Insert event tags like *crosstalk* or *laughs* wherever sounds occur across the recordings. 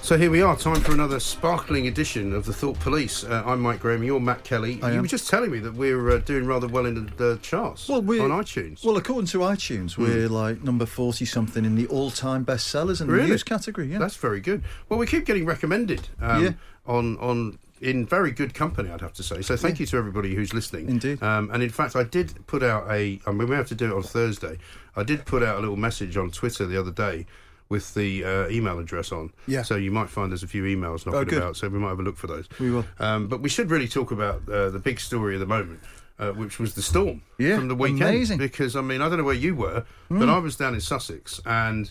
So here we are, time for another sparkling edition of the Thought Police. Uh, I'm Mike Graham, you're Matt Kelly. I you am. were just telling me that we're uh, doing rather well in the uh, charts Well, we on iTunes. Well, according to iTunes, Hmm. we're like number forty something in the all-time bestsellers in Really? the news category. Yeah, That's very good. Well, we keep getting recommended um, Yeah. on on in very good company, I'd have to say. So thank you to everybody who's listening. Indeed. Um, and in fact, I did put out a. I mean, we have to do it on Thursday. I did put out a little message on Twitter the other day with the uh, email address on. Yeah. So you might find there's a few emails Oh, knocking good. about. So we might have a look for those. We will. Um, but we should really talk about uh, the big story of the moment. Uh, which was the storm Yeah, from the weekend? amazing. Because I mean, I don't know where you were, Hmm. but I was down in Sussex, and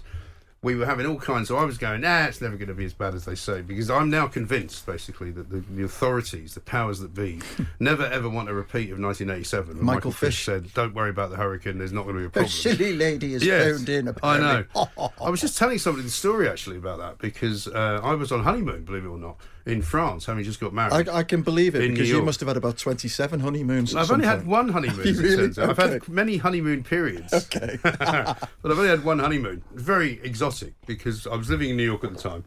we were having all kinds of. I was going, nah, it's never going to be as bad as they say, because I'm now convinced, basically, that the, the authorities, the powers that *laughs* be, never ever want a repeat of 1987. when Michael Fish. said, "Don't worry about the hurricane. There's not going to be a a problem." silly lady is *laughs* Yes, phoned in. I know. Apparently. *laughs* I was just telling somebody the story actually about that because uh, I was on honeymoon, believe it or not, in France, having just got married. I, I can believe it In because New you York. must have had about twenty-seven honeymoons. at I've some only had point. *laughs* one honeymoon. You as it really? turns out. I've had Okay. many honeymoon periods. Okay. *laughs* but I've only had one honeymoon. Very exotic because I was living in New York at the time.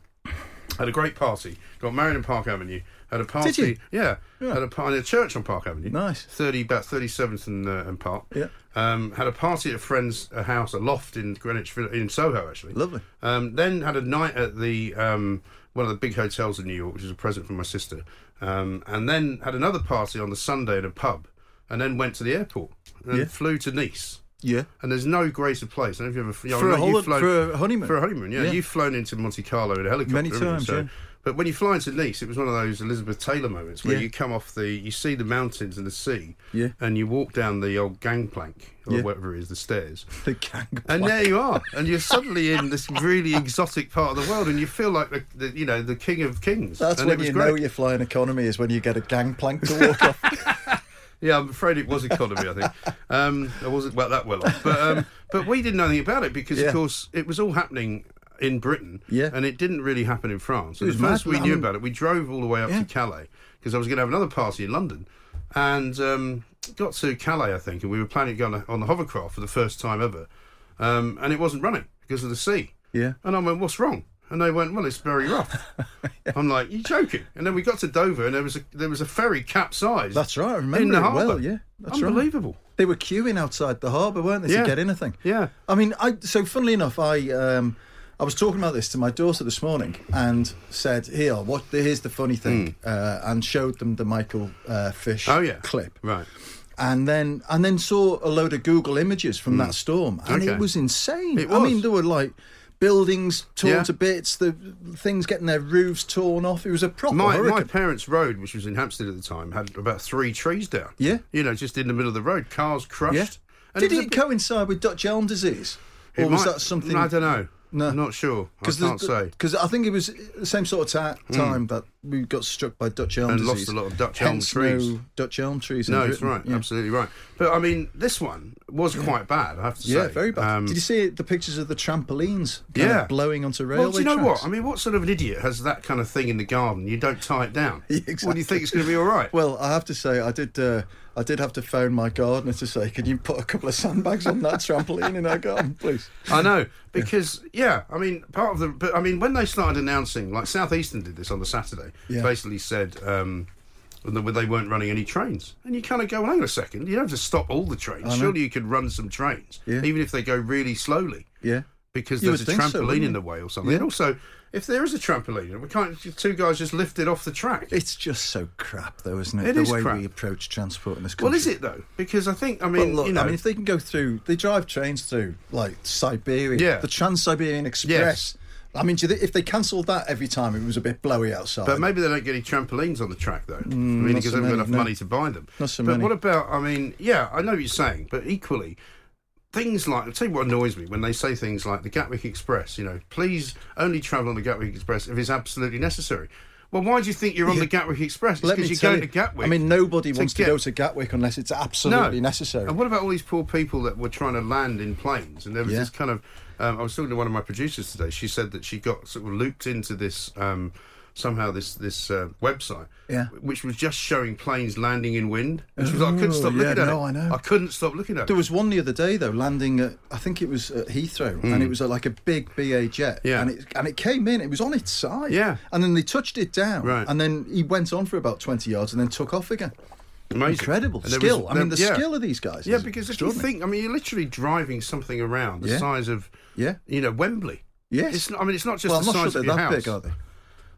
Had a great party. Got married in Park Avenue. Had a party. you? Yeah. Had a party at a church on Park Avenue. Nice. Thirty about thirty seventh and, uh, and Park. Yeah. Um, had a party at a friend's uh, house, a loft in Greenwich Vill- in Soho actually. Lovely. Um, then had a night at the um, one of the big hotels in New York, which was a present from my sister. Um, and then had another party on the Sunday at a pub, and then went to the airport and then Yeah. flew to Nice. yeah. And there's no greater place. I don't know if you ever you know, For a I know you've holi- for a honeymoon. For a honeymoon, yeah. Yeah. You've flown into Monte Carlo in a helicopter Many haven't you? times, So- yeah. But when you fly into Nice, it was one of those Elizabeth Taylor moments where Yeah. you come off the, you see the mountains and the sea, Yeah. and you walk down the old gangplank or Yeah. whatever it is, the stairs, The gang. and there you are, and you're suddenly in this really exotic part of the world, and you feel like the, the you know the king of kings. That's and when you know you're flying economy is when you get a gangplank *laughs* to walk off. Yeah, I'm afraid it was economy. I think um, I wasn't well that well off, but um, but we didn't know anything about it because Yeah. of course it was all happening in Britain. Yeah. and it didn't really happen in France. And the was mad, first we I knew mean- about it, we drove all the way up Yeah. to Calais because I was going to have another party in London, and um, got to Calais I think, and we were planning to go on, a, on the hovercraft for the first time ever, um, and it wasn't running because of the sea. Yeah. And I went, "What's wrong?" And they went, "Well, it's very *laughs* rough." I'm like, "You're joking!" And then we got to Dover, and there was a there was a ferry capsized. That's right. I remember in the it harbour. well. Yeah. That's right. unbelievable. They were queuing outside the harbour, weren't they, Yeah. to get in a thing? Yeah. I mean, I so funnily enough, I um, I was talking about this to my daughter this morning and said, "Here, what? Here's the funny thing," uh, and showed them the Michael uh, Fish Hmm. Oh yeah. clip, Right. and then and then saw a load of Google images from that storm, and Hmm. Okay. it was insane. It I was. mean, there were like buildings torn Yeah. to bits, the things getting their roofs torn off. It was a proper My, my hurricane. parents' road, which was in Hampstead at the time, had about three trees down. Yeah. You know, just in the middle of the road, cars crushed. yeah. And Did was a it bit- coincide with Dutch elm disease, or it was might- that something? I don't know. No. I'm not sure. I Because can't say. Hmm. Because I think it was the same sort of ti time that we got struck by Dutch elm And lost disease. a lot of Dutch elm Hence trees. No Dutch elm trees. in No, it's Britain. right. Yeah, Absolutely right. But I mean, this one was quite bad. I have to say. Yeah, very bad. Um, Did you see the pictures of the trampolines? kind Yeah. of blowing onto railway well, do you know tracks? what? I mean, what sort of an idiot has that kind of thing in the garden? You don't tie it down. *laughs* Yeah, Well, do you think exactly. it's going to be all right? Well, I have to say, I did. Uh, I did have to phone my gardener to say, "Can you put a couple of sandbags on that trampoline in our garden, *laughs* please?" *laughs* I *laughs* know because yeah, I mean part of the but I mean when they started announcing like Southeastern did this on the Saturday, Yeah. basically said um, that they weren't running any trains, and you kind of go, well, hang on a second, you don't have to stop all the trains. Surely you could run some trains, Yeah. even if they go really slowly, Yeah. because You there's a would think so, trampoline wouldn't in you? the way or something. And also, if there is a trampoline, we can't just- two guys just lift it off the track. It's just so crap, though, isn't it? It the is way crap. we approach transport in this country. well, is it though? Because I think I But mean look, you know I mean, if they can go through, they drive trains through like Siberia, Yeah. the Trans Siberian Express. I mean, do you thi- if they cancelled that every time, it was a bit blowy outside. But maybe they don't get any trampolines on the track, though. I mean, Mm, not because so they haven't got many, enough no. money to buy them. Not so but many. what about, I mean, yeah, I know what you're saying, but equally, things like, I'll tell you what annoys me when they say things like the Gatwick Express, you know, please only travel on the Gatwick Express if it's absolutely necessary. Well, why do you think you're on the Gatwick Express? It's Let me because you're tell going you, to Gatwick. I mean, nobody to wants get- to go to Gatwick unless it's absolutely necessary. and what about all these poor people that were trying to land in planes? And there was Yeah. this kind of. Um, I was talking to one of my producers today. She said that she got sort of looped into this um, somehow this this uh, website, Yeah. which was just showing planes landing in wind. And she was like, I couldn't stop Oh, looking yeah, at no, it. I know. I couldn't stop looking at There it. was one the other day though, landing at I think it was at Heathrow, and it was uh, like a big BA jet, Hmm. Yeah. and it and it came in. It was on its side, Yeah. and then they touched it down, Right. and then he went on for about twenty yards and then took off again. Amazing. Incredible And there was- skill. I mean, the there- yeah. skill of these guys. Yeah, is because if you extraordinary. think, I mean, you're literally driving something around the Yeah. size of, Yeah. you know, Wembley. Yes. It's not, I mean, it's not just the well, I'm not size sure of your they're that house. big, are they?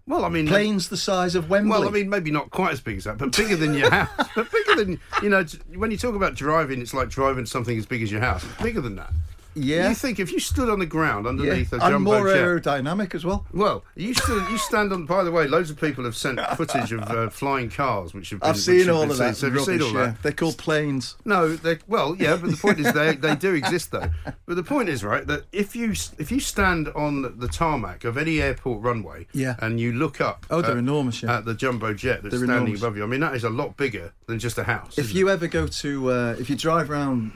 Well, I mean, they- Planes the size of Wembley. Well, I mean, maybe not quite as big as that, but bigger than *laughs* your house. but bigger than you know. t- When you talk about driving, it's like driving something as big as your house. It's bigger than that. yeah, You think if you stood on the ground yeah. underneath a and jumbo more uh, jet. aerodynamic as well. Well, you stood, you stand on. By the way, loads of people have sent footage of uh, flying cars, which have been, I've which seen have all been of seen. that. So have you rubbish, seen all yeah. that? They're called planes. No, they well, yeah, but the point is they, they do exist though. But the point is right that if you if you stand on the tarmac of any airport runway, Yeah. and you look up, Oh, they're enormous, yeah. at the jumbo jet that's They're standing enormous. above you. I mean, that is a lot bigger than just a house. If isn't you ever go to, uh, if you drive around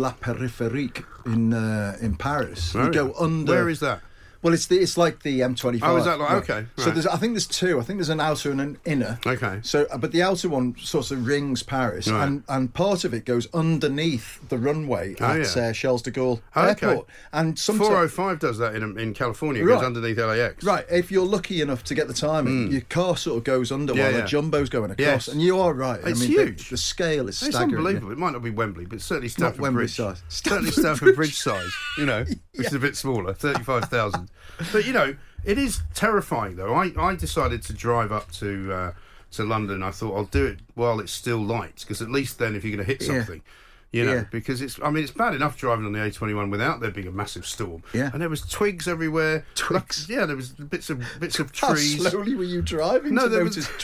La Périphérique in uh, in Paris, it? you go under. Where is that? Well, it's the, it's like the M25. Oh, is that like- okay, So right. there's, I think there's two. I think there's an outer and an inner. Okay. So, uh, but the outer one sort of rings Paris, Right. Oh, and and part of it goes underneath the runway at yeah. uh, Charles de Gaulle Okay. Airport, and sometimes. 405 does that in in California. It goes Right. underneath LAX. Right, if you're lucky enough to get the timing, your car sort of goes under Mm. Yeah, while yeah. the jumbo's going across, Yes. and you are right. It's I mean, the- huge. The, scale is It's staggering. yeah. unbelievable. It might not be Wembley, but certainly Stafford Wembley Bridge size. Certainly Stafford Bridge size. You *laughs* know, which is a bit smaller, thirty-five thousand. but you know, it is terrifying though. I, I decided to drive up to uh, to London. I thought I'll do it while it's still light, because at least then, if you're going to hit Yeah. something. You know, Yeah. because it's, I mean, it's bad enough driving on the A21 without there being a massive storm. Yeah. And there was twigs everywhere. Twigs? yeah, there was bits of, bits *laughs* of How trees. slowly were you driving No, to there notice was- *laughs*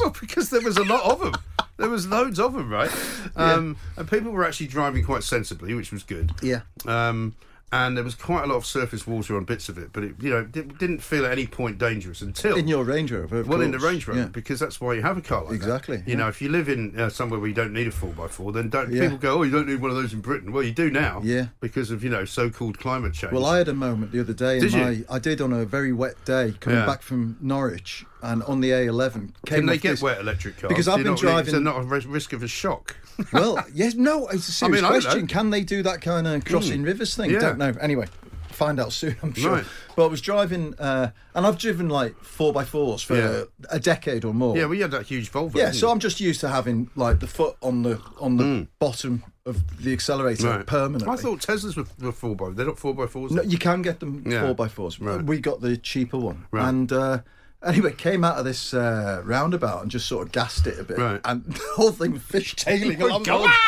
*laughs* Well, because there was a lot of them. There was loads of them, right? Um, And people were actually driving quite sensibly, which was good. Yeah. Um, and there was quite a lot of surface water on bits of it, but it, you know, it di- didn't feel at any point dangerous until In your Range Rover, of well in the course, Range Rover, yeah. because that's why you have a car like Exactly, That. You know, if you live in uh, somewhere where you don't need a four x four, then don't Yeah. people go, oh, you don't need one of those in Britain? Well, you do now, Yeah. because of you know so-called climate change. Well, I had a moment the other day. Did in you? my, I did on a very wet day coming Yeah. back from Norwich, and on the A11 came. can they off get this- wet electric cars? Because Do I've you been not- Is there driving- not a ris- risk of a shock? *laughs* Well, yes, no, it's a serious mean, I don't know. Hmm. question. Can they do that kind of crossing rivers thing? Yeah. Don't know. Anyway, find out soon, *laughs* I'm sure. Right. But I was driving, uh, and I've driven like four by fours for Yeah. a decade or more. Yeah, we had that huge Volvo. Yeah, didn't so we? I'm just used to having like the foot on the on the bottom of the accelerator Hmm. Right. permanently. I thought Teslas were, were four by. They're not four by fours. No, you can get them Yeah. four by fours. Right. We got the cheaper one, Right. and uh, anyway, came out of this uh, roundabout and just sort of gassed it a bit, Right. and *laughs* the whole *laughs* thing fishtailing along. Oh God. *laughs*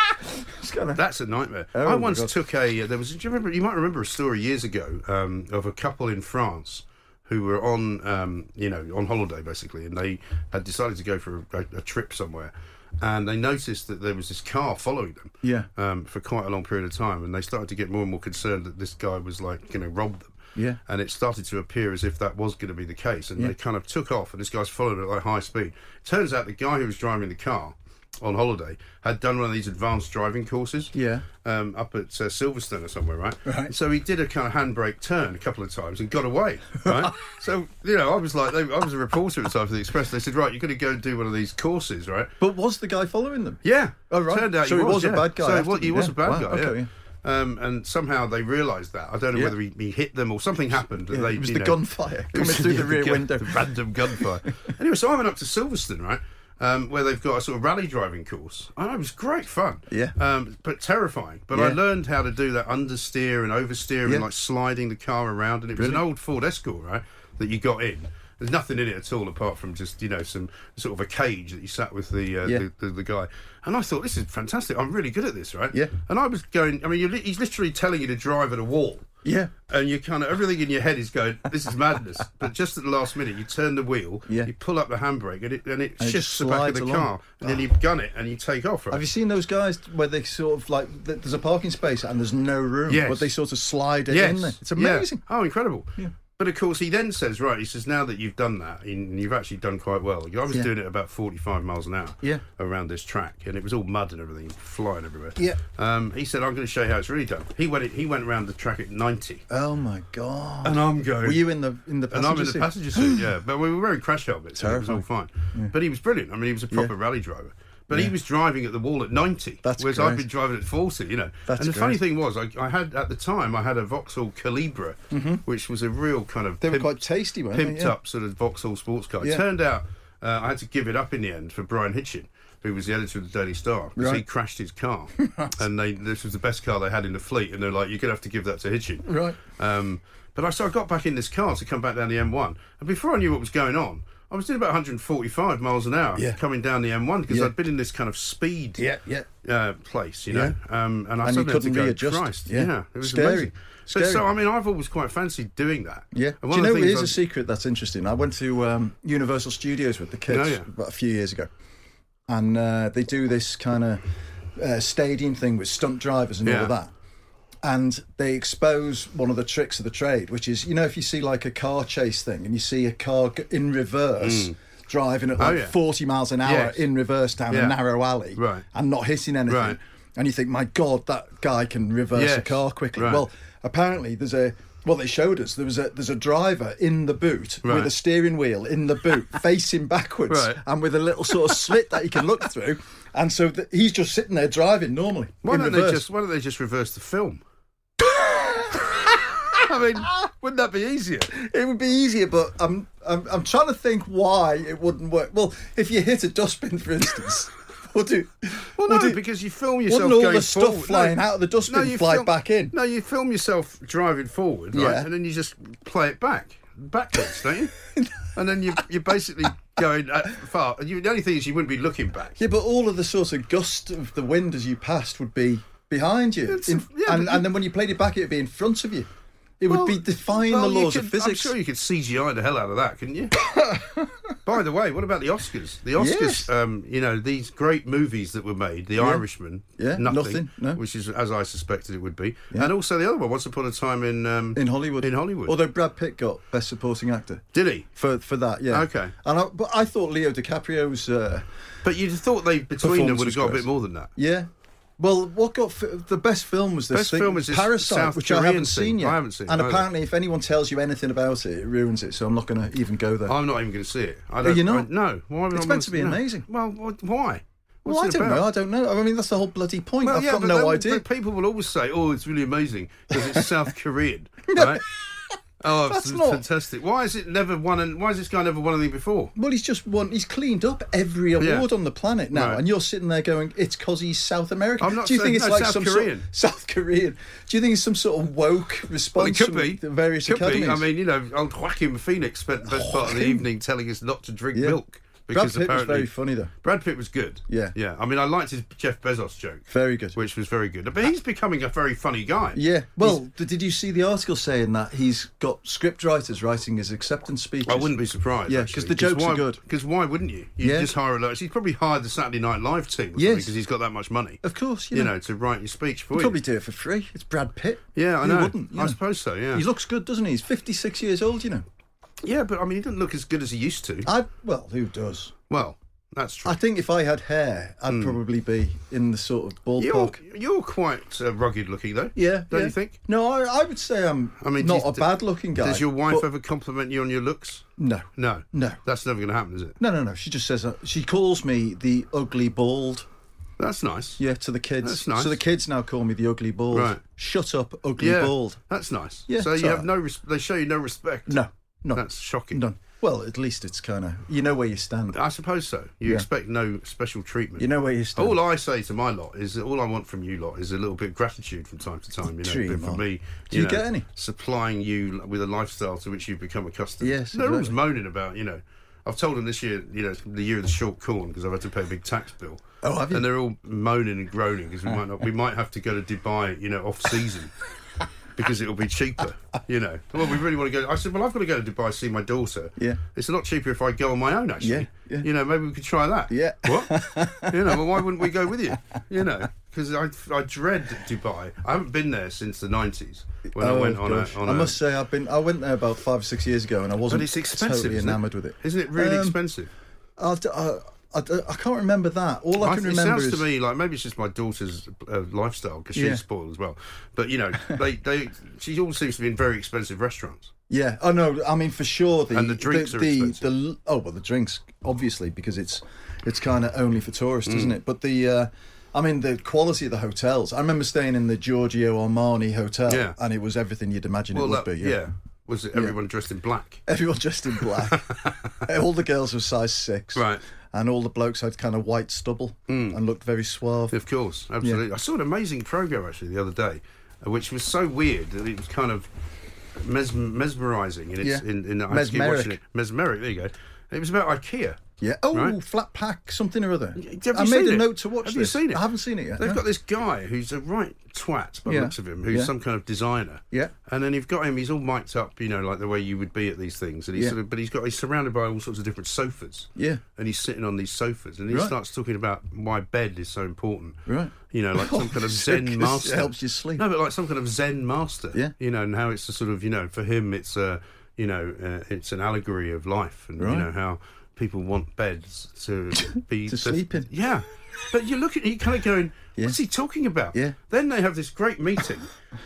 It's kinda- That's a nightmare. ah! Oh, I my once God. took a. uh, There was. Do you remember? You might remember a story years ago um, of a couple in France who were on, um, you know, on holiday basically, and they had decided to go for a, a, a trip somewhere, and they noticed that there was this car following them. Yeah. Um, for quite a long period of time, and they started to get more and more concerned that this guy was like going to rob them. Yeah. And it started to appear as if that was going to be the case, and they kind of took off, and this guy's following at like high speed. Turns out the guy who was driving the car on holiday had done one of these advanced driving courses. Yeah. Um, up at uh, Silverstone or somewhere, right? Right. So he did a kind of handbrake turn a couple of times and got away, *laughs* right? so you know, I was like, they, I was a reporter at the time for the Express. They said, right, you're going to go and do one of these courses, right? But was the guy following them? Yeah. Oh, right. Turned out So he, he was a yeah. bad guy So he after was, he them, was yeah. a bad Wow, guy. okay, yeah. Um, and somehow they realised that. I don't know Yeah. whether he, he hit them or something happened. that Yeah, they, it was you the know- gunfire it coming was- through yeah, the rear gun- window. the random *laughs* gunfire. anyway, so I went up to Silverstone, right? Um, where they've got a sort of rally driving course, and it was great fun. Yeah. Um, but terrifying. But I Yeah. learned how to do that understeer and oversteer Yeah. and like sliding the car around. And it was an old Ford Escort, right? That you got in. There's nothing in it at all apart from just you know some sort of a cage that you sat with the uh, Yeah. the, the, the guy. And I thought this is fantastic. I'm really good at this, right? Yeah. And I was going. I mean, you're li- he's literally telling you to drive at a wall Yeah. and you kind of everything in your head is going, "This is *laughs* madness." but just at the last minute, you turn the wheel, Yeah. you pull up the handbrake, and it and it it shifts the back of slides the along. Ah. car, and then you've gun it, and you take off. Right? Have you seen those guys where they sort of like th- there's a parking space and there's no room, Yes. but they sort of slide it in there? It's Yeah. amazing. Oh, incredible. But of course, he then says, right, he says, now that you've done that, and you've actually done quite well. I was Yeah. doing it about 45 miles an hour Yeah. around this track, and it was all mud and everything, flying everywhere. Yeah. Um, he said, I'm going to show you how it's really done. He went, he went around the track at 90. Oh my god! And I'm going. Were you in the in the And passenger I'm in the seat? passenger seat, yeah. But we were wearing crash helmets, so it was all fine. But he was brilliant. I mean, he was a proper rally driver. But he was driving at the wall at 90, That's whereas I've great. been driving at 40, you know. That's and the great. funny thing was, I, I had, at the time, I had a Vauxhall Calibra, which was a real kind of Mm-hmm. They were pimp- quite tasty, weren't pimped they? Yeah. up sort of Vauxhall sports car. Yeah. Turned out uh, I had to give it up in the end for Brian Hitchin, who was the editor of the Daily Star, because he Right. crashed his *laughs* car, and they this was the best car they had in the fleet, and they're like, you're gonna have to give that to Hitchin, Right. Um, but I so I got back in this car to come back down the M1, and before I knew what was going on. I was doing about 145 miles an hour Yeah. coming down the M1 because Yeah. I'd been in this kind of speed Yeah, yeah. Uh, place, you know, um, and I And you suddenly had to couldn't go, readjust. Christ, yeah. Yeah. it was Scary. amazing. But, Scary. so I mean, I've always quite fancied doing that. Yeah. And Do of you know the it things is I- a secret that's interesting? I went to um, Universal Studios with the kids Oh, yeah. about a few years ago, and uh, they do this kind of uh, stadium thing with stunt drivers and Yeah. all of that. And they expose one of the tricks of the trade, which is you know if you see like a car chase thing and you see a car g- in reverse. Driving at like Mm. Oh, yeah. 40 miles an hour Yes. in reverse down Yeah. a narrow alley Right. and not hitting anything, Right. and you think, my God, that guy can reverse a Yes. car quickly. Right. Well, apparently there's a well they showed us there was a there's a driver in the boot Right. with a steering wheel in the *laughs* boot facing backwards Right. and with a little sort of slit that he can look through and so th- he's just sitting there driving normally Why in don't reverse. they just Why don't they just reverse the film? *laughs* I mean, wouldn't that be easier? it would be easier but I'm, I'm I'm trying to think why it wouldn't work well if you hit a dustbin for instance *laughs* would do Well, no, would it- because you film yourself wouldn't all going the stuff forward. flying out of the dustbin fly film- back in? No, you film yourself driving forward, right? Yeah. And then you just play it back backwards, don't *laughs* you? and then you you're basically going uh, far. And you, the only thing is you wouldn't be looking back. Yeah, but all of the sort of gust of the wind as you passed would be behind you, in, yeah, and, but and then when you played it back, it would be in front of you. It would be defying well, the you laws could- of physics. I'm sure you could CGI the hell out of that, couldn't *laughs* you? By the way, what about the Oscars? The Oscars, Yes. um, you know, these great movies that were made, The Irishman, Yeah, nothing, nothing, no. which is as I suspected it would be, and also the other one, Once Upon a Time in um, in Hollywood, In Hollywood, although Brad Pitt got Best Supporting Actor did he? for for that, yeah. Okay. and I, but I thought Leo DiCaprio's, uh, But you'd have thought they between them Performance would have was got a bit great. more than that. yeah. Well, what got f- the best film was this Best thing, film is this Parasite, South which Korean I haven't thing. seen yet. I haven't seen And either. apparently, if anyone tells you anything about it, it ruins it. So I'm not going to even go there. I'm not even going to see it. I don't, you know. not? no. Why would I It's wanna meant to be see- no. amazing. Well, what, why? What's well, I it don't about? know. I don't know. I mean, that's the whole bloody point. Well, I've yeah, got but no then- idea. *laughs* But people will always say, "Oh, it's really amazing because it's South Korean." right? Oh, That's that's not- fantastic! Why is it never won? And why has this guy never won anything before? Well, he's just won. He's cleaned up every award Yeah. on the planet now, Right. and you're sitting there going, "It's because he's South American." I'm not Do you saying- think it's no, like South some Korean. Sort of, South Korean? Do you think it's some sort of woke response Well, it could from be. the various could academies? be. I mean, you know, old Joaquin Phoenix spent the best part of the Joaquin. evening telling us not to drink Yeah. milk Brad because Pitt was apparently very funny though. Brad Pitt was good. Yeah. yeah. I mean, I liked his Jeff Bezos joke, Very good. which was very good. But he's becoming a very funny guy. Yeah. Well, d did you see the article saying that he's got script writers writing his acceptance speeches? I wouldn't be surprised. Yeah, 'cause the jokes are good. Because why wouldn't you? You Yeah. just hire a lot. He's probably hired the Saturday Night Live team or Yes. because he's got that much money. Of course, you, You know. know, to write your speech for He'd you. probably do it for free. It's Brad Pitt. yeah, I Who know. wouldn't, you I know? suppose so. Yeah. He looks good, doesn't he? He's 56 years old, you know. yeah, but I mean, he doesn't look as good as he used to. I well, who does? well, that's true. Uh, I think if I had hair, Hmm. I'd probably be in the sort of You're, ballpark. you're quite uh, rugged looking though. Yeah, Don't yeah. you think? No, I, I would say I'm. I mean, not do you- a bad-looking guy. Does your wife but- ever compliment you on your looks? No, No. No. That's never going to happen, is it? no, no, no. She just says that. she calls me the ugly bald. That's nice. Yeah, to the kids. That's nice. So the kids now call me the ugly bald. Right. Shut up, ugly bald. That's nice. Yeah, so it's you all have no. Res- they show you no respect. No, no, That's shocking. none. Well, at least it's kind of you know where you stand. I suppose so. You expect no special treatment. You know where you stand. All I say to my lot is all I want from you lot is a little bit of gratitude from time to time. You know, Dream a bit from on. me. Do you know, get any? Supplying you with a lifestyle to which you've become accustomed. Yes, They're always exactly. moaning about, you know. I've told them this year, you know, it's the year of the short corn because I've had to pay a big tax bill. Oh, have you? And they're all moaning and groaning because we might *laughs* not, we might have to go to Dubai, you know, off season. Because it'll be cheaper, you know. Well, we really want to go. I said, well, I've got to go to Dubai see my daughter. Yeah. it's a lot cheaper if I go on my own. Actually, Yeah, yeah. you know, maybe we could try that. Yeah. What? *laughs* you know, well, why wouldn't we go with you? You know, because I, I dread Dubai. I haven't been there since the 90s when I Oh, went on a, gosh. on I a- must say, I've been. I went there about five or six years ago, and I wasn't But it's expensive. totally isn't enamoured it? with it. Isn't it really Um, expensive? I'll d- I, I d- I can't remember that. All I, I- can it remember sounds is to me like maybe it's just my daughter's uh, lifestyle because she's Yeah. spoiled as well. But *laughs* you know, they, they she always seems to be in very expensive restaurants. yeah. Oh no, I mean for sure the And the drinks the, are the, expensive. the- oh well the drinks obviously because it's it's kind of only for tourists, isn't Mm. it? But the uh, I mean the quality of the hotels. I remember staying in the Giorgio Armani hotel, Yeah. and it was everything you'd imagine it Well, would that, be. Yeah. Was it everyone dressed in black? Everyone dressed in black. *laughs* all the girls were size six, Right. Mm. And all the blokes had kind of white stubble and looked very suave. Of course, absolutely. I saw an amazing program actually the other day, uh, which was so weird that it was kind of mes- mesmerising. In its, Yeah. in, in, I just keep Mesmeric. watching it. Mesmeric. There you go. It was about IKEA. Yeah. Oh, Right. flat pack, something or other. Have I you made seen a it? note to watch Have this. you seen it? I haven't seen it yet. They've no. got this guy who's a right twat by the Yeah. looks of him, who's Yeah. some kind of designer. Yeah. And then you've got him. He's all mic'd up, you know, like the way you would be at these things. And he's Yeah. sort of, but he's got he's surrounded by all sorts of different sofas. Yeah. And he's sitting on these sofas, and he Right. starts talking about why bed is so important. Right. You know, like some *laughs* kind of Zen 'Cause master It helps you sleep. No, but like some kind of Zen master. Yeah. You know, and how it's a sort of you know for him it's a you know uh, it's an allegory of life, and you Right. know how people want beds *laughs* to be To sleep in. Yeah. But you look at you kind of *laughs* going, what's he talking about? Yeah. Then they have this great meeting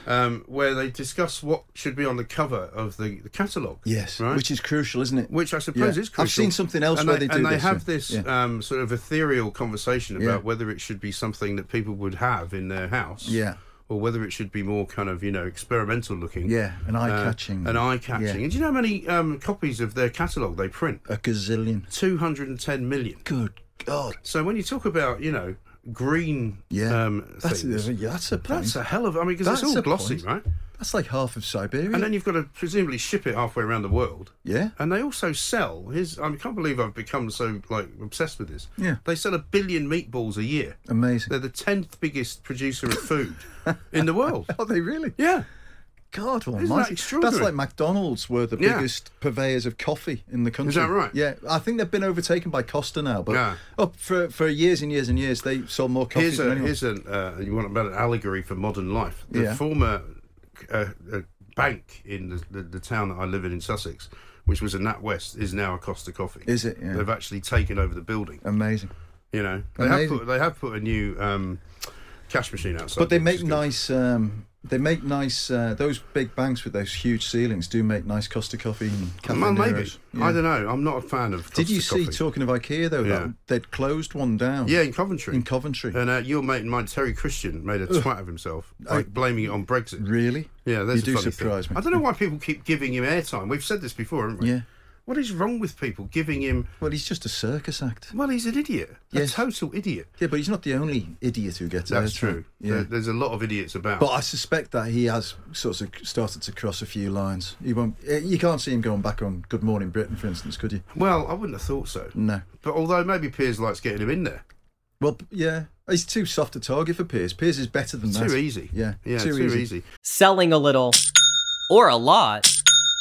um, where they discuss what should be on the cover of the, the catalogue. Yes, Right. which is crucial, isn't it? Which I suppose Yeah. is crucial. I've seen something else and where they, they do and they this, have yeah. this Yeah. um, sort of ethereal conversation about Yeah. whether it should be something that people would have in their house, Yeah. or whether it should be more kind of you know experimental looking, Yeah, an uh, eye-catching, an eye catching. Yeah. And do you know how many um, copies of their catalogue they print? a gazillion. Two hundred and ten million. Good God. So when you talk about you know green, Yeah, um, that's, things, yeah, that's a point. that's a hell of. I mean, because it's That's all a glossy, point. right? That's like half of Siberia. And then you've got to presumably ship it halfway around the world. yeah, And they also sell his. I can't believe I've become so like obsessed with this. Yeah. They sell a billion meatballs a year. amazing. They're the tenth biggest producer of food in the world. *laughs* Are they really? Yeah. God that almighty. extraordinary? That's like McDonald's were the Yeah. biggest purveyors of coffee in the country. that right? Yeah, I think they've been overtaken by Costa now, but Yeah. up for, for years and years and years, they sold more coffee Here's than a anyone. here's an uh, you want about an allegory for modern life. The Yeah. former uh, uh, bank in the, the the town that I live in in Sussex, which was a NatWest, is now a Costa Coffee. Is it? Yeah. They've actually taken over the building. Amazing. You know, they have Amazing. put they have put a new um, cash machine outside. But they which make is good. nice um, they make nice. Uh, those big banks with those huge ceilings do make nice Costa coffee and Cafe Well, maybe. Nero's. I don't know. I'm not a fan of. Did you Costa see coffee. talking of IKEA though? Yeah. That they'd closed one down. Yeah, in Coventry. in Coventry. and uh, your mate and mine, Terry Christian, made a twat of himself, like blaming it on Brexit. really? Yeah, there's You do a funny surprise thing. me. I don't know why people keep giving him airtime. We've said this before, haven't we? Yeah. What is wrong with people giving him? Well, he's just a circus act. Well, he's an idiot. Yes. A total idiot. Yeah, but he's not the only idiot who gets That's airtime. true. Yeah. There- there's a lot of idiots about. But I suspect that he has sort of started to cross a few lines. He won't. eh, You can't see him going back on Good Morning Britain, for instance, could you? well, I wouldn't have thought so. No. But although maybe Piers likes getting him in there. Well, p- yeah, he's too soft a target for Piers. Piers is better than that. Too easy. Yeah. Yeah, Too too, easy. easy. selling a little or a lot.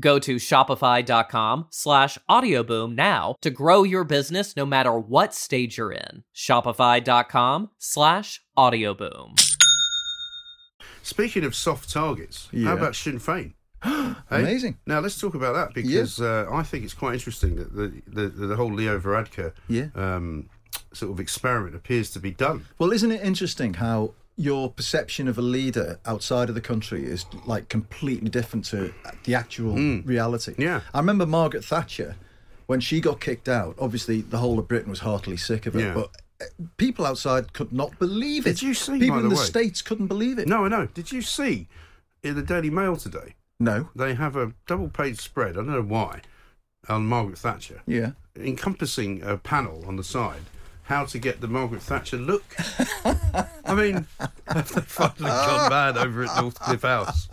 Go to shopify.com slash audioboom now to grow your business no matter what stage you're in. Shopify.com slash audioboom. Speaking of soft targets, Yeah. how about Sinn Féin? Hey? Amazing. Now let's talk about that because uh, I think it's quite interesting that the the, the whole Leo Varadkar Yeah. um, sort of experiment appears to be done. Well, isn't it interesting how your perception of a leader outside of the country is like completely different to the actual reality? Hmm. Yeah. I remember Margaret Thatcher when she got kicked out. Obviously, the whole of Britain was heartily sick of it, Yeah. but uh, people outside could not believe it. Did you see, People by in the the way? states couldn't believe it. No, I know. Did you see in the Daily Mail today? No. They have a double page spread. I don't know why on Margaret Thatcher, Yeah. encompassing a panel on the side. How to get the Margaret Thatcher look? I mean, have they finally gone mad over at Northcliffe House?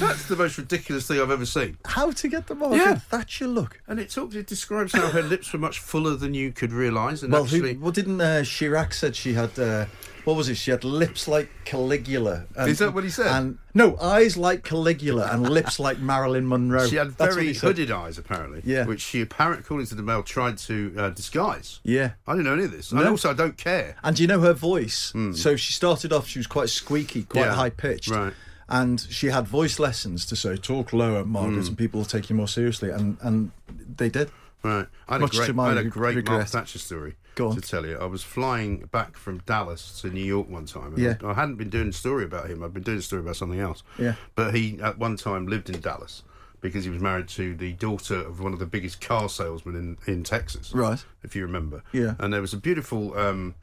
That's the most ridiculous thing I've ever seen. How to get the Margaret Yeah. Thatcher look? And it talks. It describes how her lips were much fuller than you could realise, and Well, actually, who, well, didn't uh, Chirac said she had? Uh, what was it? She had lips like Caligula. And, Is that what he said? And no, eyes like Caligula and lips like Marilyn Monroe. she had That's what very he said. hooded eyes, apparently. Yeah. Which she apparently, according to the Mail, tried to uh, disguise. Yeah. I didn't know any of this, and No. also I don't care. And you know her voice. So she started off. She was quite squeaky, quite Hmm. Yeah, high pitched. right. And she had voice lessons to say, "Talk lower, Margaret, Hmm. and people will take you more seriously." And and they did. Right. I had Much a to great, my I had a great Mark regret. Thatcher story Go on. to tell you. I was flying back from Dallas to New York one time. And Yeah. I, I hadn't been doing a story about him. I'd been doing a story about something else. Yeah. But he, at one time, lived in Dallas because he was married to the daughter of one of the biggest car salesmen in, in Texas. Right. If you remember. Yeah. And there was a beautiful um,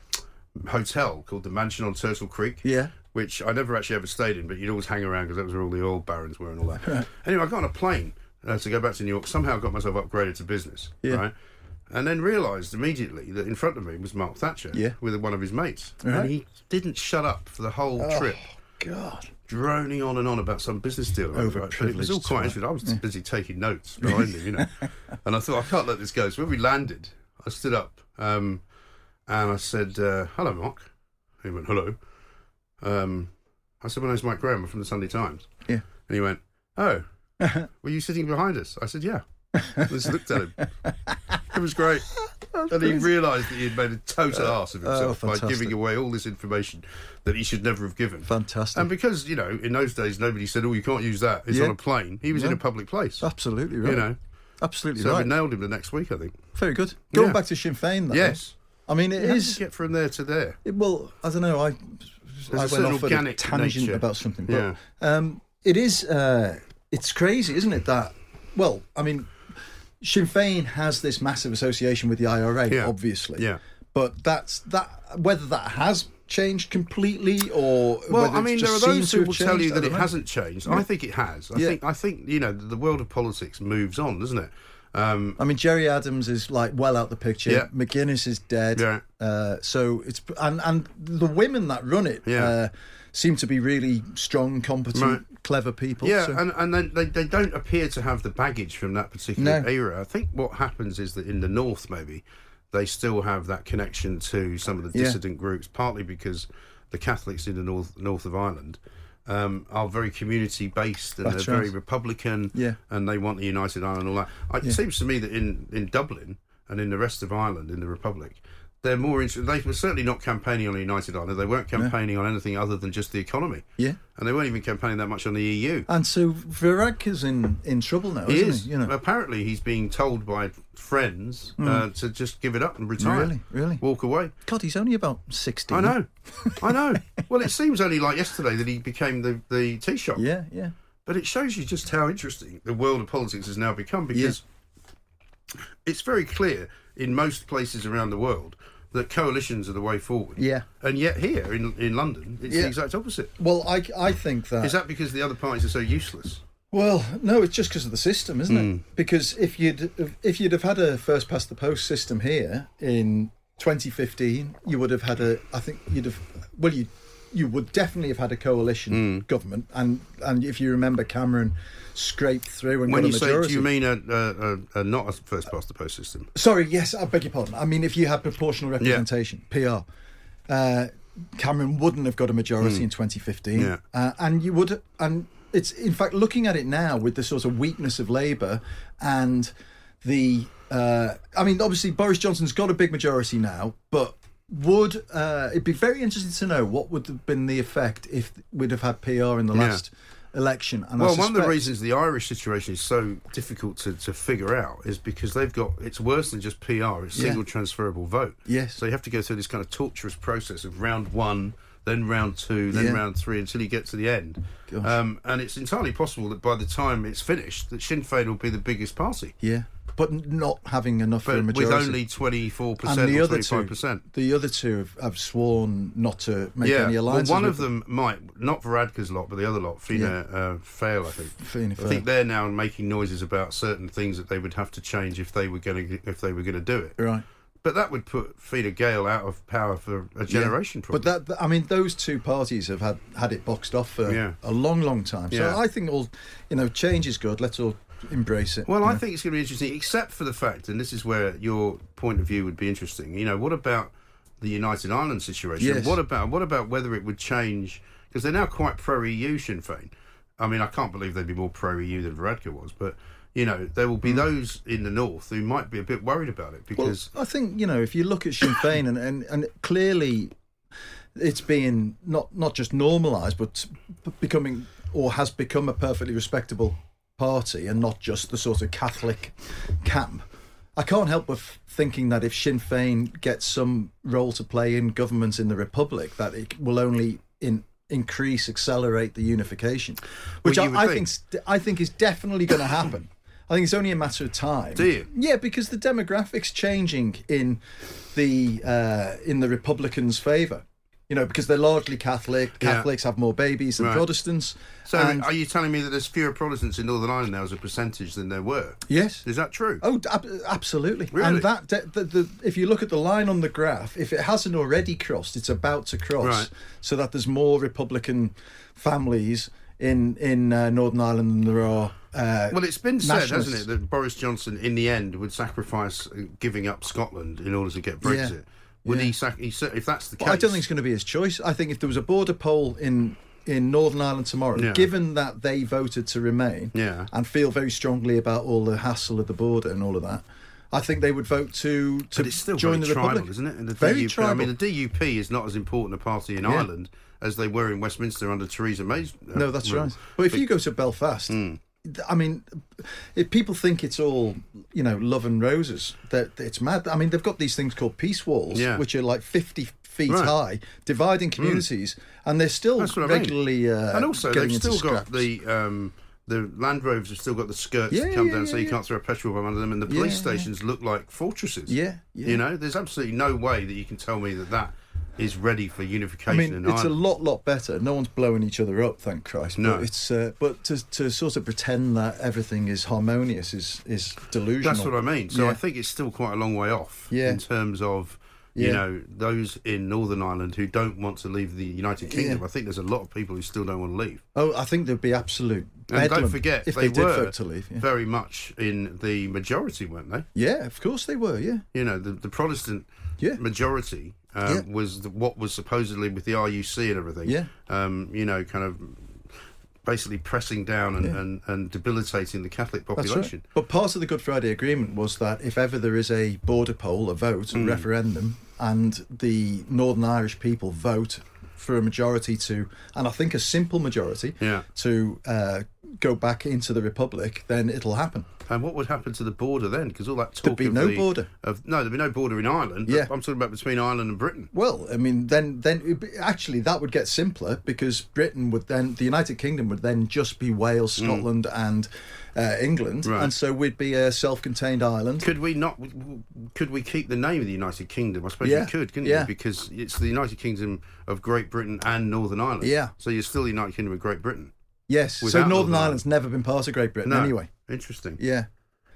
hotel called the Mansion on Turtle Creek. Yeah. Which I never actually ever stayed in, but you'd always hang around because that was where all the oil barons were and all *laughs* that. anyway, I got on a plane uh, to go back to New York. Somehow got myself upgraded to business. Yeah. Right. And then realised immediately that in front of me was Mark Thatcher Yeah. Uh-huh. with one of his mates. Right. And he didn't shut up for the whole Oh. trip, God. droning on and on about some business deal. or other, right? But it was all Overprivileged, quite right. interesting. I was busy taking *laughs* notes behind him, you know. And I thought, I can't let this go. So when we landed, I stood up um, and I said, uh, hello, Mark. He went, hello. Um, I said, my name's Mike Graham. I'm from the Sunday Times. Yeah. And he went, oh, were you sitting behind us? I said, yeah. I just looked at him. It was great. *laughs* And he realised that he had made a total ass of himself by Uh, oh, fantastic. giving away all this information that he should never have given. Fantastic. And because, you know, in those days, nobody said, oh, you can't use that. It's Yeah. on a plane. He was in No. a public place. Absolutely right. You know, Absolutely so right. we nailed him the next week, I think. Very good. Going Yeah. back to Sinn Féin. Though, Yes. I mean, it How did you is. get from there to there? It, well, I don't know. I, a I went certain off on a organic tangent nature. about something, but Yeah. um, it is. Uh, it's crazy, isn't it? That well, I mean, Sinn Féin has this massive association with the IRA, Yeah. obviously. Yeah. But that's that. Whether that has changed completely, or Well, whether I it's mean, just there are those seems to who have will tell changed, you I that don't it know. hasn't changed. I think it has. I Yeah. think. I think you know the, the world of politics moves on, doesn't it? Um, I mean, Jerry Adams is like well out the picture. Yeah. McGuinness is dead. Yeah. Uh, so it's and and the women that run it Yeah. uh, seem to be really strong, competent, clever people. yeah, so- and and then they, they don't appear to have the baggage from that particular No. era. I think what happens is that in the north, maybe they still have that connection to some of the Yeah. dissident groups, partly because the Catholics in the north north of Ireland. Um, are very community based and That's they're very right. republican Yeah. and they want the united ireland and all that I- it seems to me that in, in dublin and in the rest of ireland in the republic they're more interested they were certainly not campaigning on the united ireland they weren't campaigning on anything other than just the economy Yeah. and they weren't even campaigning that much on the E eu And so Varadkar's in, in trouble now, he isn't is. he? You know, Hmm. Apparently, he's being told by friends uh, to just give it up and retire. Really? Really? Mm-hmm. Walk away. God, he's only about sixty. I know. I *laughs* know. Well, it seems only like yesterday that he became the, the tea shop. Yeah, yeah, But it shows you just how interesting the world of politics has now become because it's very clear in most places around the world that coalitions are the way forward. yeah. And yet here in, in London, it's Yeah. Uh, the exact opposite. Well, I, I think that. Is that because the other parties are so useless? Well, no, it's just because of the system, isn't Hmm. it? Because if you'd if you'd have had a first past the post system here in 2015, you would have had a. I think you'd have. Well, you you would definitely have had a Hmm. coalition government, and and if you remember, Cameron scraped through and When got you a say, majority. do you mean a, a, a, a not a first past the post system? Sorry, yes, I beg your pardon. I mean, if you had proportional representation, PR, uh, Cameron wouldn't have got a majority in 2015, Hmm. Yeah. uh, and you would. And it's in fact looking at it now with the sort of weakness of Labour and the. Uh, I mean, obviously Boris Johnson's got a big majority now, but would uh, it'd be very interesting to know what would have been the effect if we'd have had PR in the last election. And I Well, one of the suspect- reasons the Irish situation is so difficult to, to figure out is because they've got it's worse than just PR, it's Yeah. single transferable vote. Yes. So you have to go through this kind of torturous process of round one, then round two, then Yeah. round three until you get to the end. Gosh. Um, and it's entirely possible that by the time it's finished, that Sinn Féin will be the biggest party, yeah, but not having enough for a but with majority only 24% or and the other 25%. two, the other two have, have sworn not to make Yeah, any well, alliances. one with of them might not Varadkar's lot, but the other lot, Fianna uh, Fail, I think. Fianna I Fáil. think they're now making noises about certain things that they would have to change if they were going to if they were going to do it. right? But that would put Fianna Gael out of power for a generation. But Probably. that, I mean, those two parties have had had it boxed off for Yeah. a long, long time. So Yeah. I think all, you know, change is good. Let's all embrace it. well, I think it's going to be interesting, except for the fact, and this is where your point of view would be interesting. You know, what about the United Ireland situation? Yes. What about what about whether it would change? Because they're now quite pro-EU Sinn Féin. I mean, I can't believe they'd be more pro-EU than Varadkar was, but you know, there will be those in the north who might be a bit worried about it Hmm. Well, because I think you know if you look at Sinn Féin and, and, and clearly it's being not not just normalised but b- becoming or has become a perfectly respectable party and not just the sort of Catholic camp. I can't help but thinking that if Sinn Féin gets some role to play in government in the Republic, that it will only in increase accelerate the unification, which Well, you would I, I think. think st- I think is definitely going to happen. I think it's only a matter of time. Do you? Yeah, because the demographics changing in the uh, in the Republicans' favour. You know, because they're largely Catholic. Yeah. Catholics have more babies than Right. Protestants. So, and- are you telling me that there's fewer Protestants in Northern Ireland now as a percentage than there were? yes. Is that true? Oh, d- ab- absolutely. Really? And that de- the, the, if you look at the line on the graph, if it hasn't already crossed, it's about to cross, Right. so that there's more Republican families in in uh, Northern Ireland than there are. Uh, well, it's been said, hasn't nationalists. it, that Boris Johnson, in the end, would sacrifice uh, giving up Scotland in order to get Brexit. Would he, sac- he? sa- If that's the case, I don't think it's going to be his choice. I think if there was a border poll in in Northern Ireland tomorrow, Yeah. given that they voted to remain Yeah. and feel very strongly about all the hassle of the border and all of that, I think they would vote to to But it's still join very the tribal, Republic. isn't it? And the very DUP, tribal. I mean, the DUP is not as important a party in Ireland as they were in Westminster under Theresa May's. uh, no, that's rule. Hmm. right. But if you go to Belfast, I mean, if people think it's all you know love and roses, that it's mad. I mean, they've got these things called peace walls, Yeah. which are like fifty feet Right. Hmm. high, dividing communities, and they're still That's what I mean. regularly uh, and also, getting they've into still got scraps. the um, the Land Rovers have still got the skirts Yeah, that come yeah, down, so yeah, you yeah. can't throw a petrol bomb under them. And the police Yeah, yeah. stations look like fortresses. Yeah, yeah. You know, there's absolutely no way that you can tell me that that is ready for I unification. mean, in it's a Ireland. lot, lot better. No one's blowing each other up, thank Christ. No. but it's uh, but to, to sort of pretend that everything is harmonious is is delusional. That's what I mean. So Yeah. I think it's still quite a long way off Yeah. in terms of you Yeah. know those in Northern Ireland who don't want to leave the United Kingdom. I think there's a lot of people who still don't want to leave. Oh, I think there'd be absolute And bedlam don't forget, if they, they, did were vote to leave. Yeah. very much in the majority, weren't they? yeah, of course they were. Yeah, You know, the, the Protestant Yeah. majority um, Yeah. was the, what was supposedly with the RUC and everything. Yeah. Um, you know, kind of basically pressing down and, and, and debilitating the Catholic That's right. population. But part of the Good Friday Agreement was that if ever there is a border poll, a vote, Hmm. a referendum, and the Northern Irish people vote for a majority to, and I think a simple majority, Yeah. to uh, go back into the Republic, then it'll happen. And what would happen to the border then? Because all that talk There'd be of no the- border. Of, no, there'd be no border in Ireland. but Yeah. I'm talking about between Ireland and Britain. Well, I mean, then, then it'd be- actually that would get simpler because Britain would then, the United Kingdom would then just be Wales, Scotland, and uh, England, Mm. Right. and so we'd be a self-contained island. Could we not? w- w- Could we keep the name of the United Kingdom? I suppose Yeah. we could, couldn't Yeah. you? Because it's the United Kingdom of Great Britain and Northern Ireland. Yeah. So you're still the United Kingdom of Great Britain. Yes, so Without Northern, Northern Ireland. Ireland's never been part of Great Britain anyway. Interesting. Yeah.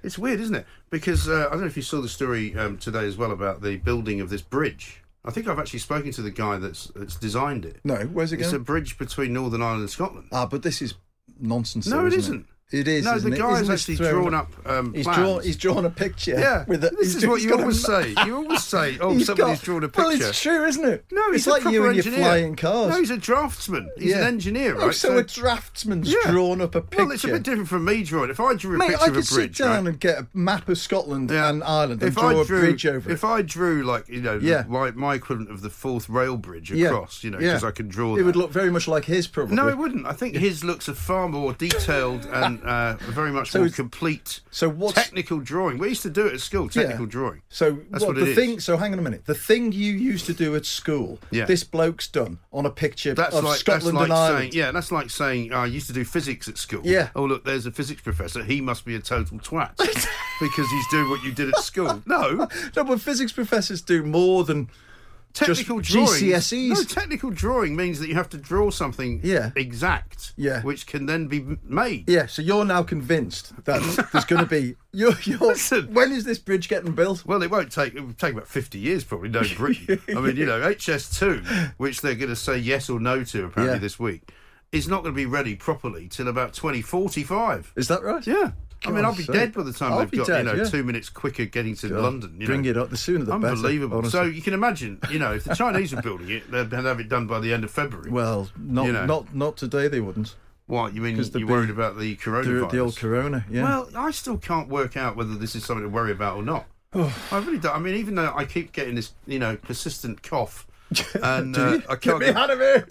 It's weird, isn't it? Because uh, I don't know if you saw the story um, today as well about the building of this bridge. I think I've actually spoken to the guy that's, that's designed it. No, where's it It's going? a bridge between Northern Ireland and Scotland. Ah, but this is nonsense. No, though, it isn't It, it is. no, isn't the it? guy has Isn't this actually thrown drawn up um, He's plans. drawn. He's drawn a picture. Yeah, with a, this *laughs* he's- is what he's you got a always ma- say. You always *laughs* say, "Oh, he's somebody's got- drawn a Well, picture." it's true, isn't it? no, he's it's a like you proper and your engineer. flying cars. No, he's a draftsman. He's Yeah. an engineer, right? Oh, so, a draftsman's Yeah. drawn up a picture. well, it's a bit different from me drawing. If I drew a Mate, picture I of a could bridge, sit down right? and get a map of Scotland Yeah. and Ireland and if draw I drew, a bridge over if it. I drew like you know, the- Yeah. my, my equivalent of the fourth rail bridge Yeah. across, you know, Yeah. because I can draw. It would that. look very much like his, probably. No, it wouldn't. I think his looks are far more detailed and uh, very much more it's- complete. so what's- technical drawing? We used to do it at school. Technical drawing. So That's what, what the it thing? is. So hang on a minute. The thing you used to do at school, Yeah. this bloke's done on a picture That's of like Scotland that's like and saying Ireland. yeah, that's like saying oh, I used to do physics at school. Yeah. Oh look, there's a physics professor. He must be a total twat *laughs* because he's doing what you did at school. No, No, but physics professors do more than technical Just drawing. GCSEs. No, technical drawing means that you have to draw something Yeah. exact. Yeah. Which can then be m- made. yeah. So you're now convinced that there's going *laughs* to be you're, you're, Listen. when is this bridge getting built? Well, it won't take. It will take about fifty years, probably. *laughs* No, Britain. I mean, you know, HS two, which they're going to say yes or no to apparently Yeah. this week, is not going to be ready properly till about twenty forty five. Is that right? Yeah. I mean, I'll be God's sake. dead by the time I'll they've be got dead, you know yeah. two minutes quicker getting to London. You Bring know. it up. The sooner the better. Unbelievable. so honestly. you can imagine, you know, if the Chinese are building it, they'd they'd have it done by the end of February. well, not you know. not not today. They wouldn't. what you mean? You're the big- worried about the The, coronavirus? the old corona. Yeah. well, I still can't work out whether this is something to worry about or *sighs* not. Oh. I really don't. I mean, even though I keep getting this, you know, persistent cough, *laughs* and uh, I Get can't *laughs* me get, out of here.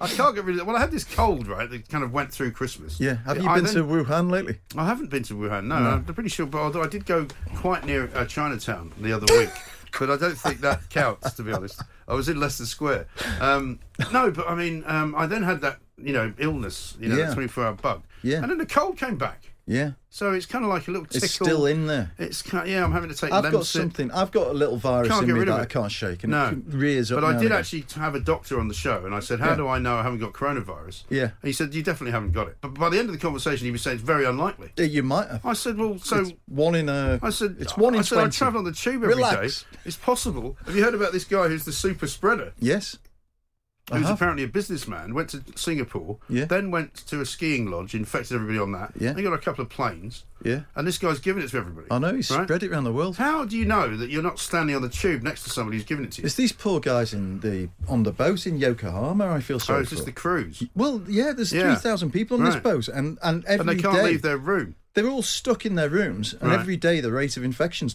I can't get rid of it. Well, I had this cold, right? That kind of went through Christmas. yeah. Have you I been then- to Wuhan lately? I haven't been to Wuhan. No, I'm pretty sure. But although I did go quite near uh, Chinatown the other *laughs* week, but I don't think that counts. To be honest, I was in Leicester Square. Um, no, but I mean, um, I then had that you know illness, you know, Yeah. that 24 hour bug. Yeah. And then the cold came back. Yeah. So it's kind of like a little tickle. It's still in there. It's kind yeah. I'm having to take. I've got Lemsip. something. I've got a little virus Can't in get me rid of that I it. can't shake, and No. it rears up. But I now did and again. actually have a doctor on the show, and I said, "How do I know I haven't got coronavirus?" Yeah. And he said, "You definitely haven't got it." But by the end of the conversation, he was saying it's very unlikely. Yeah, You might have. I said, "Well, so It's one in a. I said, it's one in I said, I twenty. travel on the tube every day. Relax. It's possible. Have you heard about this guy who's the super spreader? yes. I Who's have. apparently a businessman, went to Singapore, Uh-huh. Yeah. then went to a skiing lodge, infected everybody on that. Yeah. They got a couple of planes, Yeah. and this guy's giving it to everybody. I know. He's right? spread it around the world. How do you know that you're not standing on the tube next to somebody who's giving it to you? It's these poor guys in the on the boat in Yokohama. I feel oh, sorry it's for. just the cruise. well, yeah. There's Yeah. three thousand people on this Right. boat, and and every And they can't day leave their room. they're all stuck in their rooms, and Right. every day the rate of infections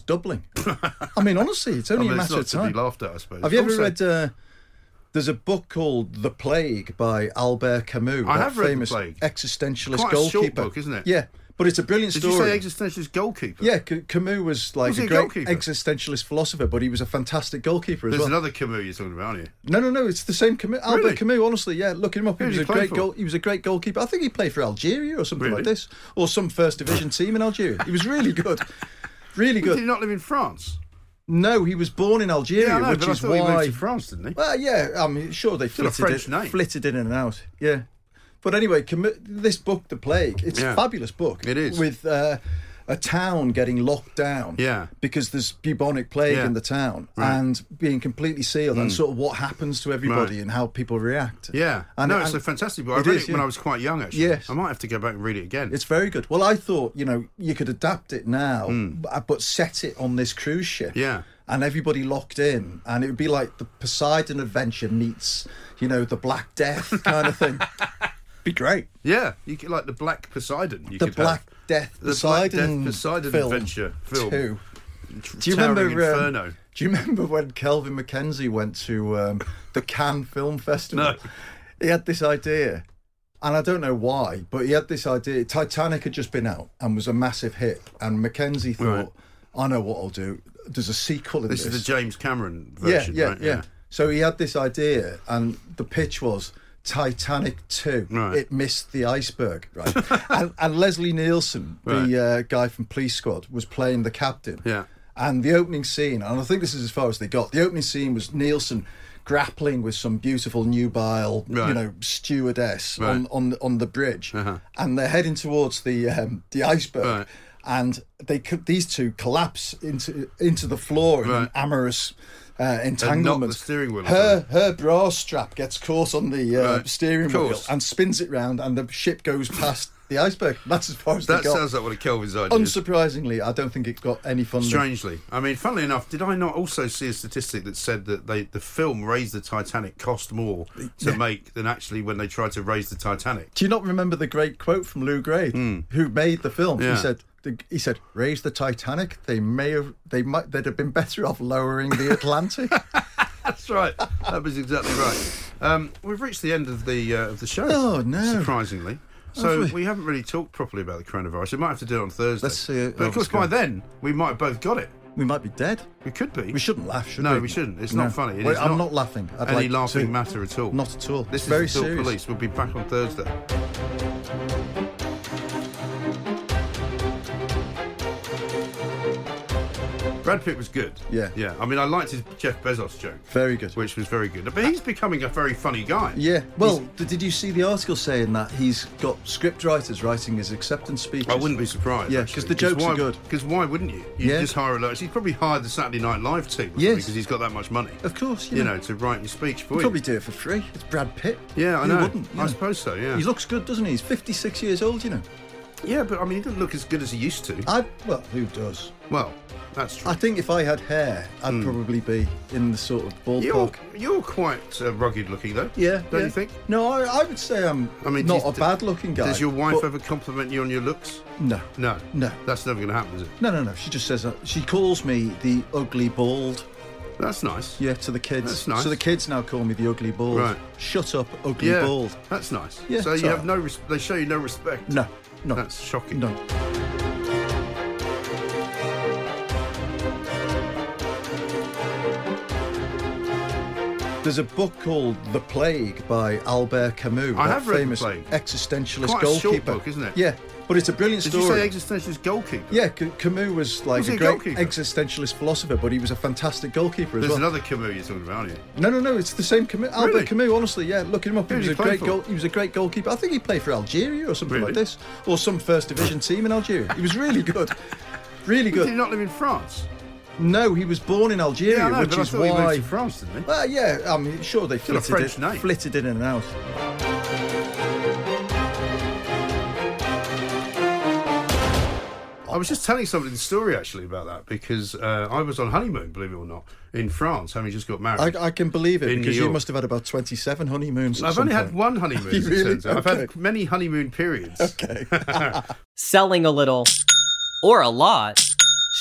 *laughs* doubling. I mean, honestly, it's I only mean, a Oh, it's matter not of to be time. laughed at, I suppose. Have you ever Also- read? Uh, There's a book called The Plague by Albert Camus. I that have read The famous Plague. Existentialist Quite a short goalkeeper. book, isn't it? Yeah, but it's a brilliant Did you story. say existentialist goalkeeper? yeah, C- Camus was like Was he a a great goalkeeper? existentialist philosopher, but he was a fantastic goalkeeper as There's well. another Camus you're talking about, aren't you? No, no, no. It's the same Camus. Albert Really? Camus. Honestly, yeah. Look him up. He Who was did a he play great for? goal. He was a great goalkeeper. I think he played for Algeria or something like Really? this, or some *laughs* first division team in Algeria. He was really good, really Did he good. not live in France? No, he was born in Algeria, Yeah, I know, which but I is thought why. he moved to France, didn't he? Well, yeah, I'm sure they Still a flitted French in, name. flitted in and out. Yeah, but anyway, commi- this book, The Plague, it's a Yeah. fabulous book. It is. with uh, a town getting locked down. Yeah. because there's bubonic plague Yeah. Mm. in the town and being completely sealed, and sort of what happens to everybody and how people react. Yeah. and, no, and it's a fantastic book. I it read is, it when yeah. I was quite young, actually. Yes. I might have to go back and read it again. It's very good. Well, I thought you know you could adapt it now, uh, but- but set it on this cruise ship. Hmm. Yeah. and everybody locked in, and it would be like the Poseidon Adventure meets you know the Black Death kind of *laughs* thing. be great. yeah. You get like the Black Poseidon. You The could Black have. Death The Black Poseidon, Death Poseidon film Adventure film. Two. Tr- Do you Towering remember? um, Inferno? do you remember when Kelvin McKenzie went to um, the Cannes Film Festival? No. He had this idea, and I don't know why, but he had this idea. Titanic had just been out and was a massive hit, and McKenzie thought, Right. "I know what I'll do. There's a sequel in this." This is the James Cameron yeah, version, yeah, right? yeah, So he had this idea, and the pitch was. Titanic 2, Right. it missed the iceberg, right? *laughs* and, and Leslie Nielsen, the uh, guy from Police Squad, was playing the captain. Yeah. And the opening scene, and I think this is as far as they got. The opening scene was Nielsen grappling with some beautiful nubile, you Right. know, stewardess on, Right. Uh-huh. on on the bridge, and they're heading towards the um, the iceberg. Right. And they could, these two collapse into into the floor in an Right. amorous uh, entanglement. steering wheel or her her bra strap gets caught on the uh, Right. steering Of wheel course. and spins it round, and the ship goes past the iceberg. That's as far as That they got. sounds like one of Kelvin's ideas. Unsurprisingly, I don't think it got any funding. Strangely, I mean, funnily enough, did I not also see a statistic that said that they the film raised the Titanic cost more to make than actually when they tried to raise the Titanic? Do you not remember the great quote from Lou Grade, who made the film? He Hmm. Yeah. said, "He said, raise the Titanic. They may have, they might, they'd have been better off lowering the *laughs* Atlantic." That's right. That was exactly right. Um, we've reached the end of the uh, of the show. Oh, no. Surprisingly. So Have we? we? haven't really talked properly about the coronavirus. We might have to do it on Thursday. Let's see it. But Oh, of course, that's by good. then we might have both got it. we might be dead. We could be. We shouldn't laugh, should No, we? we shouldn't. It's No. not funny. It Wait, is I'm not not laughing. I'd any like laughing to. matter at all. Not at all. This It's is very the Thought serious. Police. We'll be back on Thursday. Brad Pitt was good. Yeah. Yeah. I mean, I liked his Jeff Bezos joke, Very good. which was very good. But he's becoming a very funny guy. Yeah. Well, d did you see the article saying that he's got script writers writing his acceptance speeches? I wouldn't be surprised. Yeah, 'cause the jokes are good. Because why wouldn't you? You Yeah. just hire a lot. He's probably hired the Saturday Night Live team Yes. because he's got that much money. Of course, you, You know, to write your speech for you. he'd probably do it for free. It's Brad Pitt. Yeah, I Who know. Wouldn't, you I know? suppose so. Yeah. He looks good, doesn't he? He's 56 years old, you know. yeah, but I mean, he doesn't look as good as he used to. I well, who does? well, that's true. I think if I had hair, Hmm. I'd probably be in the sort of You're, ballpark. you're quite uh, rugged looking though. Yeah, don't yeah. you think? No, I, I would say I'm. I I mean, mean, not do you- a bad-looking guy. Does your wife but- ever compliment you on your looks? No, No, No. That's never going to happen, is it? no, no, no. She just says that. She calls me the ugly bald. That's nice. Yeah, to the kids. That's nice. So the kids now call me the ugly bald. Right. Shut up, ugly Yeah, bald. that's nice. Yeah, so it's you all have no. Res- they show you no respect. No, no, That's shocking. no. There's a book called The Plague by Albert Camus. I that have read The famous Plague. Existentialist Quite a short goalkeeper. book, isn't it? Yeah, but it's a brilliant Did story. you say existentialist goalkeeper? yeah, C- Camus was like Was a he a great goalkeeper? existentialist philosopher, but he was a fantastic goalkeeper as There's well. another Camus you're talking about, aren't you? No, no, no. It's the same Camus. Albert Really? Camus. Honestly, yeah. Look him up. He Who was did a he play great for? goal. He was a great goalkeeper. I think he played for Algeria or something Really? like this, or some first division team in Algeria. He was really good, really Did he good. not live in France? No, he was born in Algeria, I know, which but is I thought he why. moved to France, didn't he? well, yeah, I'm sure they Still a flitted French in, name. flitted in and out. I was just telling somebody the story actually about that because uh, I was on honeymoon, believe it or not, in France, having just got married. I, I can believe it In because New you York. must have had about twenty-seven honeymoons. at I've some only had point. one honeymoon. *laughs* You as it really? turns out. I've had Okay. many honeymoon periods. Okay. Selling a little or a lot,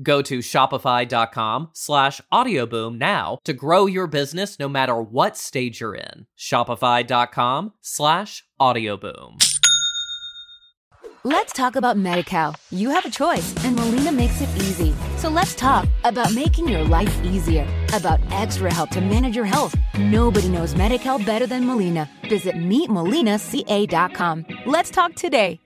Go to shopify.com slash audioboom now to grow your business no matter what stage you're in. Shopify.com slash audioboom. Let's talk about MediCal. You have a choice, and Molina makes it easy. So let's talk about making your life easier, about extra help to manage your health. Nobody knows MediCal better than Molina. Visit meetmolinaca.com. Let's talk today.